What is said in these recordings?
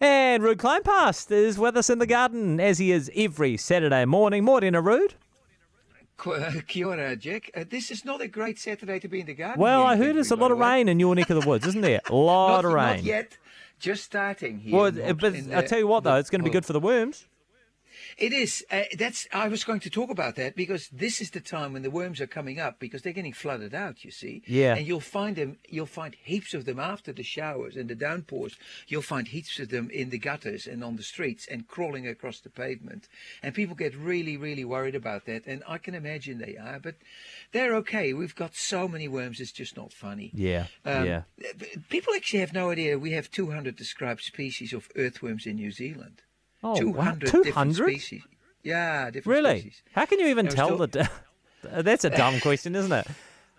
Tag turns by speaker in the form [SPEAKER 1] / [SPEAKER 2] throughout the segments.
[SPEAKER 1] man, Rude Clownpast, is with us in the garden, as he is every Saturday morning. Morning, Rude.
[SPEAKER 2] uh, Kia ora, Jack. Uh, this is not a great Saturday to be in the garden.
[SPEAKER 1] Well,
[SPEAKER 2] here in
[SPEAKER 1] I heard
[SPEAKER 2] Canterbury,
[SPEAKER 1] it's a
[SPEAKER 2] by
[SPEAKER 1] lot
[SPEAKER 2] the
[SPEAKER 1] of
[SPEAKER 2] way.
[SPEAKER 1] rain in your neck of the woods, isn't there? A lot
[SPEAKER 2] Not,
[SPEAKER 1] of
[SPEAKER 2] not
[SPEAKER 1] rain.
[SPEAKER 2] yet. Just starting here.
[SPEAKER 1] Well,
[SPEAKER 2] not
[SPEAKER 1] but
[SPEAKER 2] in
[SPEAKER 1] I
[SPEAKER 2] the-
[SPEAKER 1] tell you what, though, it's going to be
[SPEAKER 2] Oh.
[SPEAKER 1] good for the worms.
[SPEAKER 2] It is. Uh, that's. I was going to talk about that because this is the time when the worms are coming up because they're getting flooded out. You see.
[SPEAKER 1] Yeah.
[SPEAKER 2] And you'll find them. You'll find heaps of them after the showers and the downpours. You'll find heaps of them in the gutters and on the streets and crawling across the pavement. And people get really, really worried about that. And I can imagine they are, but they're okay. We've got so many worms. It's just not funny.
[SPEAKER 1] Yeah,
[SPEAKER 2] Um,
[SPEAKER 1] yeah.
[SPEAKER 2] th- th- People actually have no idea. We have 200 described species of earthworms in New Zealand.
[SPEAKER 1] Oh, wow.
[SPEAKER 2] 200 different
[SPEAKER 1] 200?
[SPEAKER 2] species. Yeah, different
[SPEAKER 1] Really?
[SPEAKER 2] species.
[SPEAKER 1] How can you even
[SPEAKER 2] I was
[SPEAKER 1] tell
[SPEAKER 2] told-
[SPEAKER 1] the? That's a dumb question, isn't it?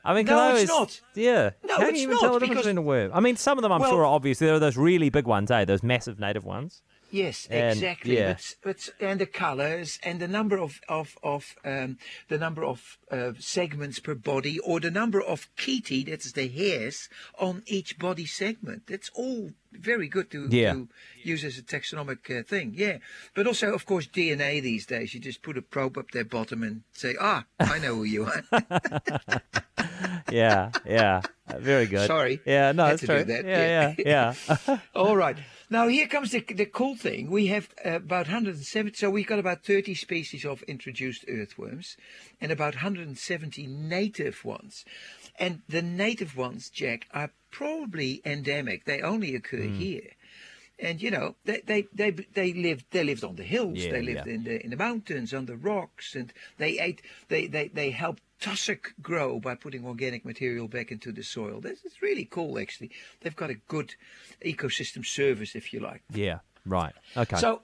[SPEAKER 1] I mean, 'cause
[SPEAKER 2] No,
[SPEAKER 1] I
[SPEAKER 2] it's
[SPEAKER 1] always-
[SPEAKER 2] not.
[SPEAKER 1] Yeah.
[SPEAKER 2] No,
[SPEAKER 1] How can
[SPEAKER 2] it's
[SPEAKER 1] you even
[SPEAKER 2] not,
[SPEAKER 1] tell the difference
[SPEAKER 2] because-
[SPEAKER 1] between a worm? I mean, some of them I'm
[SPEAKER 2] Well-
[SPEAKER 1] sure are obvious. There are those really big ones, eh? Those massive native ones.
[SPEAKER 2] Yes,
[SPEAKER 1] And,
[SPEAKER 2] exactly.
[SPEAKER 1] yeah.
[SPEAKER 2] But, s- but s- and the colours and the number of of of um, the number of uh, segments per body, or the number of cheti, that's the hairs on each body segment. That's all very good to,
[SPEAKER 1] Yeah.
[SPEAKER 2] to use as a taxonomic uh, thing. Yeah, but also of course DNA these days. You just put a probe up their bottom and say, ah, I know who you are.
[SPEAKER 1] Yeah, yeah. Uh, Very good.
[SPEAKER 2] Sorry.
[SPEAKER 1] Yeah, no,
[SPEAKER 2] Had
[SPEAKER 1] it's
[SPEAKER 2] to
[SPEAKER 1] true.
[SPEAKER 2] do that,
[SPEAKER 1] Yeah, yeah, yeah.
[SPEAKER 2] All right. Now here comes the the cool thing. We have uh, about 170. So we've got about 30 species of introduced earthworms, and about 170 native ones. And the native ones, Jack, are probably endemic. They only occur here. And you know they they they they lived they lived on the hills.
[SPEAKER 1] Yeah,
[SPEAKER 2] they lived
[SPEAKER 1] yeah.
[SPEAKER 2] in the in the mountains on the rocks, and they ate. They they they helped tussock grow by putting organic material back into the soil. This is really cool, actually. They've got a good ecosystem service, if you like.
[SPEAKER 1] yeah. Right. Okay. Hmm.
[SPEAKER 2] So,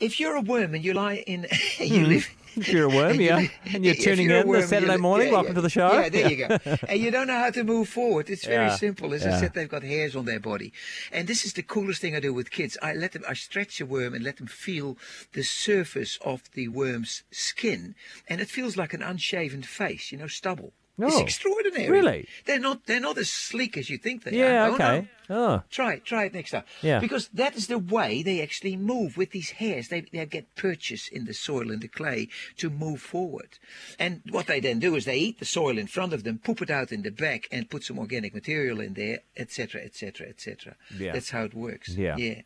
[SPEAKER 2] if you're a worm and you lie in, you live.
[SPEAKER 1] if you're a worm,
[SPEAKER 2] and you
[SPEAKER 1] yeah,
[SPEAKER 2] live-
[SPEAKER 1] and you're
[SPEAKER 2] if
[SPEAKER 1] tuning
[SPEAKER 2] you're a
[SPEAKER 1] in
[SPEAKER 2] worm
[SPEAKER 1] this
[SPEAKER 2] and
[SPEAKER 1] Saturday
[SPEAKER 2] you-
[SPEAKER 1] morning,
[SPEAKER 2] yeah,
[SPEAKER 1] welcome
[SPEAKER 2] yeah.
[SPEAKER 1] to the show.
[SPEAKER 2] Yeah, there you go. and you don't know how to move forward. It's very
[SPEAKER 1] Yeah.
[SPEAKER 2] simple. As I
[SPEAKER 1] Yeah.
[SPEAKER 2] said, they've got hairs on their body, and this is the coolest thing I do with kids. I let them, I stretch a worm and let them feel the surface of the worm's skin, and it feels like an unshaven face, you know, stubble. It's
[SPEAKER 1] Oh,
[SPEAKER 2] extraordinary.
[SPEAKER 1] really?
[SPEAKER 2] They're not. They're not as sleek as you think they
[SPEAKER 1] Yeah,
[SPEAKER 2] are. No, no.
[SPEAKER 1] okay. Oh,
[SPEAKER 2] Try it. Try it next time.
[SPEAKER 1] Yeah.
[SPEAKER 2] Because that is the way they actually move with these hairs. They, they get purchase in the soil and the clay to move forward. And what they then do is they eat the soil in front of them, poop it out in the back, and put some organic material in there, etc., etc., etc.
[SPEAKER 1] Yeah.
[SPEAKER 2] That's how it works.
[SPEAKER 1] Yeah.
[SPEAKER 2] Yeah.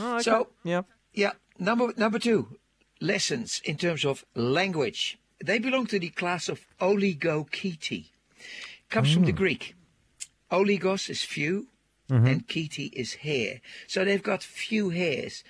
[SPEAKER 1] Oh, okay.
[SPEAKER 2] So-
[SPEAKER 1] yeah.
[SPEAKER 2] Yeah. Number number two, lessons in terms of language. They belong to the class of oligochaetae. Comes from the Greek. Oligos is few, and chaetae is hair. So they've got few hairs.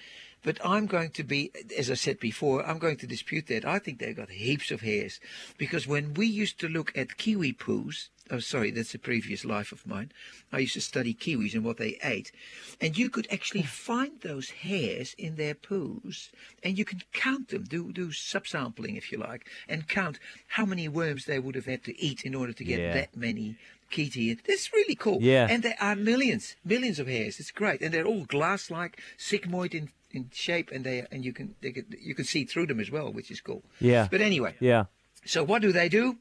[SPEAKER 2] But I'm going to be, as I said before, I'm going to dispute that. I think they've got heaps of hairs. Because when we used to look at kiwi poos, oh, sorry, that's a previous life of mine. I used to study kiwis and what they ate. And you could actually find those hairs in their poos. And you can count them, do, do subsampling, if you like, and count how many worms they would have had to eat in order to get
[SPEAKER 1] Yeah.
[SPEAKER 2] that many Kitty. That's really cool.
[SPEAKER 1] Yeah.
[SPEAKER 2] And there are millions, millions of hairs. It's great, and they're all glass-like, sigmoid in, in shape, and they and you can they can, you can see through them as well, which is cool.
[SPEAKER 1] Yeah.
[SPEAKER 2] But anyway,
[SPEAKER 1] Yeah.
[SPEAKER 2] so what do they do?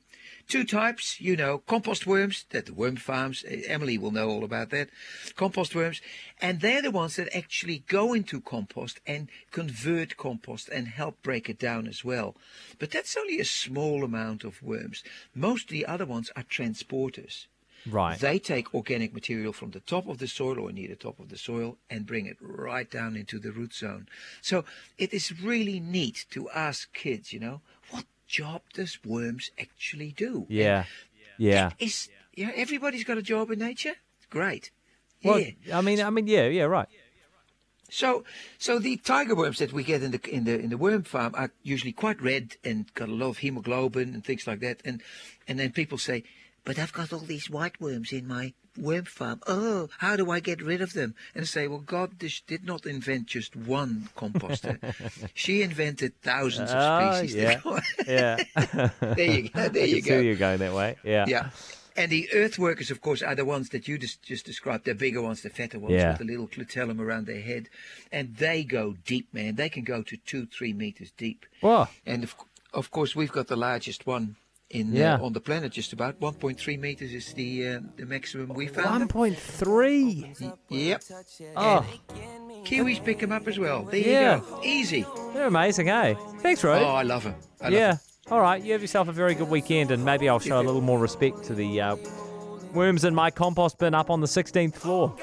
[SPEAKER 2] Two types, you know, compost worms that the worm farms. eh, Emily will know all about that. Compost worms, and they're the ones that actually go into compost and convert compost and help break it down as well. But that's only a small amount of worms. Most of the other ones are transporters.
[SPEAKER 1] Right.
[SPEAKER 2] They take organic material from the top of the soil or near the top of the soil and bring it right down into the root zone. So it is really neat to ask kids, you know, what job does worms actually do?
[SPEAKER 1] yeah. Yeah.
[SPEAKER 2] Is yeah, everybody's got a job in nature? Great.
[SPEAKER 1] Well,
[SPEAKER 2] yeah.
[SPEAKER 1] I mean, I mean, yeah, yeah, right.
[SPEAKER 2] So, so the tiger worms that we get in the in the in the worm farm are usually quite red and got a lot of hemoglobin and things like that. And and then people say, "But I've got all these white worms in my worm farm. Oh, how do I get rid of them?" And I say, "Well, God dis- did not invent just one composter. she invented thousands of
[SPEAKER 1] Oh,
[SPEAKER 2] species.
[SPEAKER 1] yeah. Yeah.
[SPEAKER 2] there you go. There you
[SPEAKER 1] you
[SPEAKER 2] go.
[SPEAKER 1] you're going that way. Yeah.
[SPEAKER 2] Yeah. And the earth workers, of course, are the ones that you just, just described. The bigger ones, the fatter ones
[SPEAKER 1] Yeah.
[SPEAKER 2] with the little clitellum around their head. And they go deep, man. They can go to two, three meters deep.
[SPEAKER 1] Whoa.
[SPEAKER 2] And of, cou- of course, we've got the largest one in
[SPEAKER 1] Yeah.
[SPEAKER 2] uh, on the planet, just about 1.3 meters is the uh, the maximum we found.
[SPEAKER 1] One
[SPEAKER 2] them.
[SPEAKER 1] point three.
[SPEAKER 2] Yep.
[SPEAKER 1] Oh,
[SPEAKER 2] Kiwis pick them up as well. There
[SPEAKER 1] Yeah.
[SPEAKER 2] you go. Easy.
[SPEAKER 1] They're amazing, eh? Thanks, Rude.
[SPEAKER 2] Oh, I love them. I love 'em.
[SPEAKER 1] yeah. All right. You have yourself a very good weekend, and maybe I'll show a little more respect to the uh, worms in my compost bin up on the 16th floor.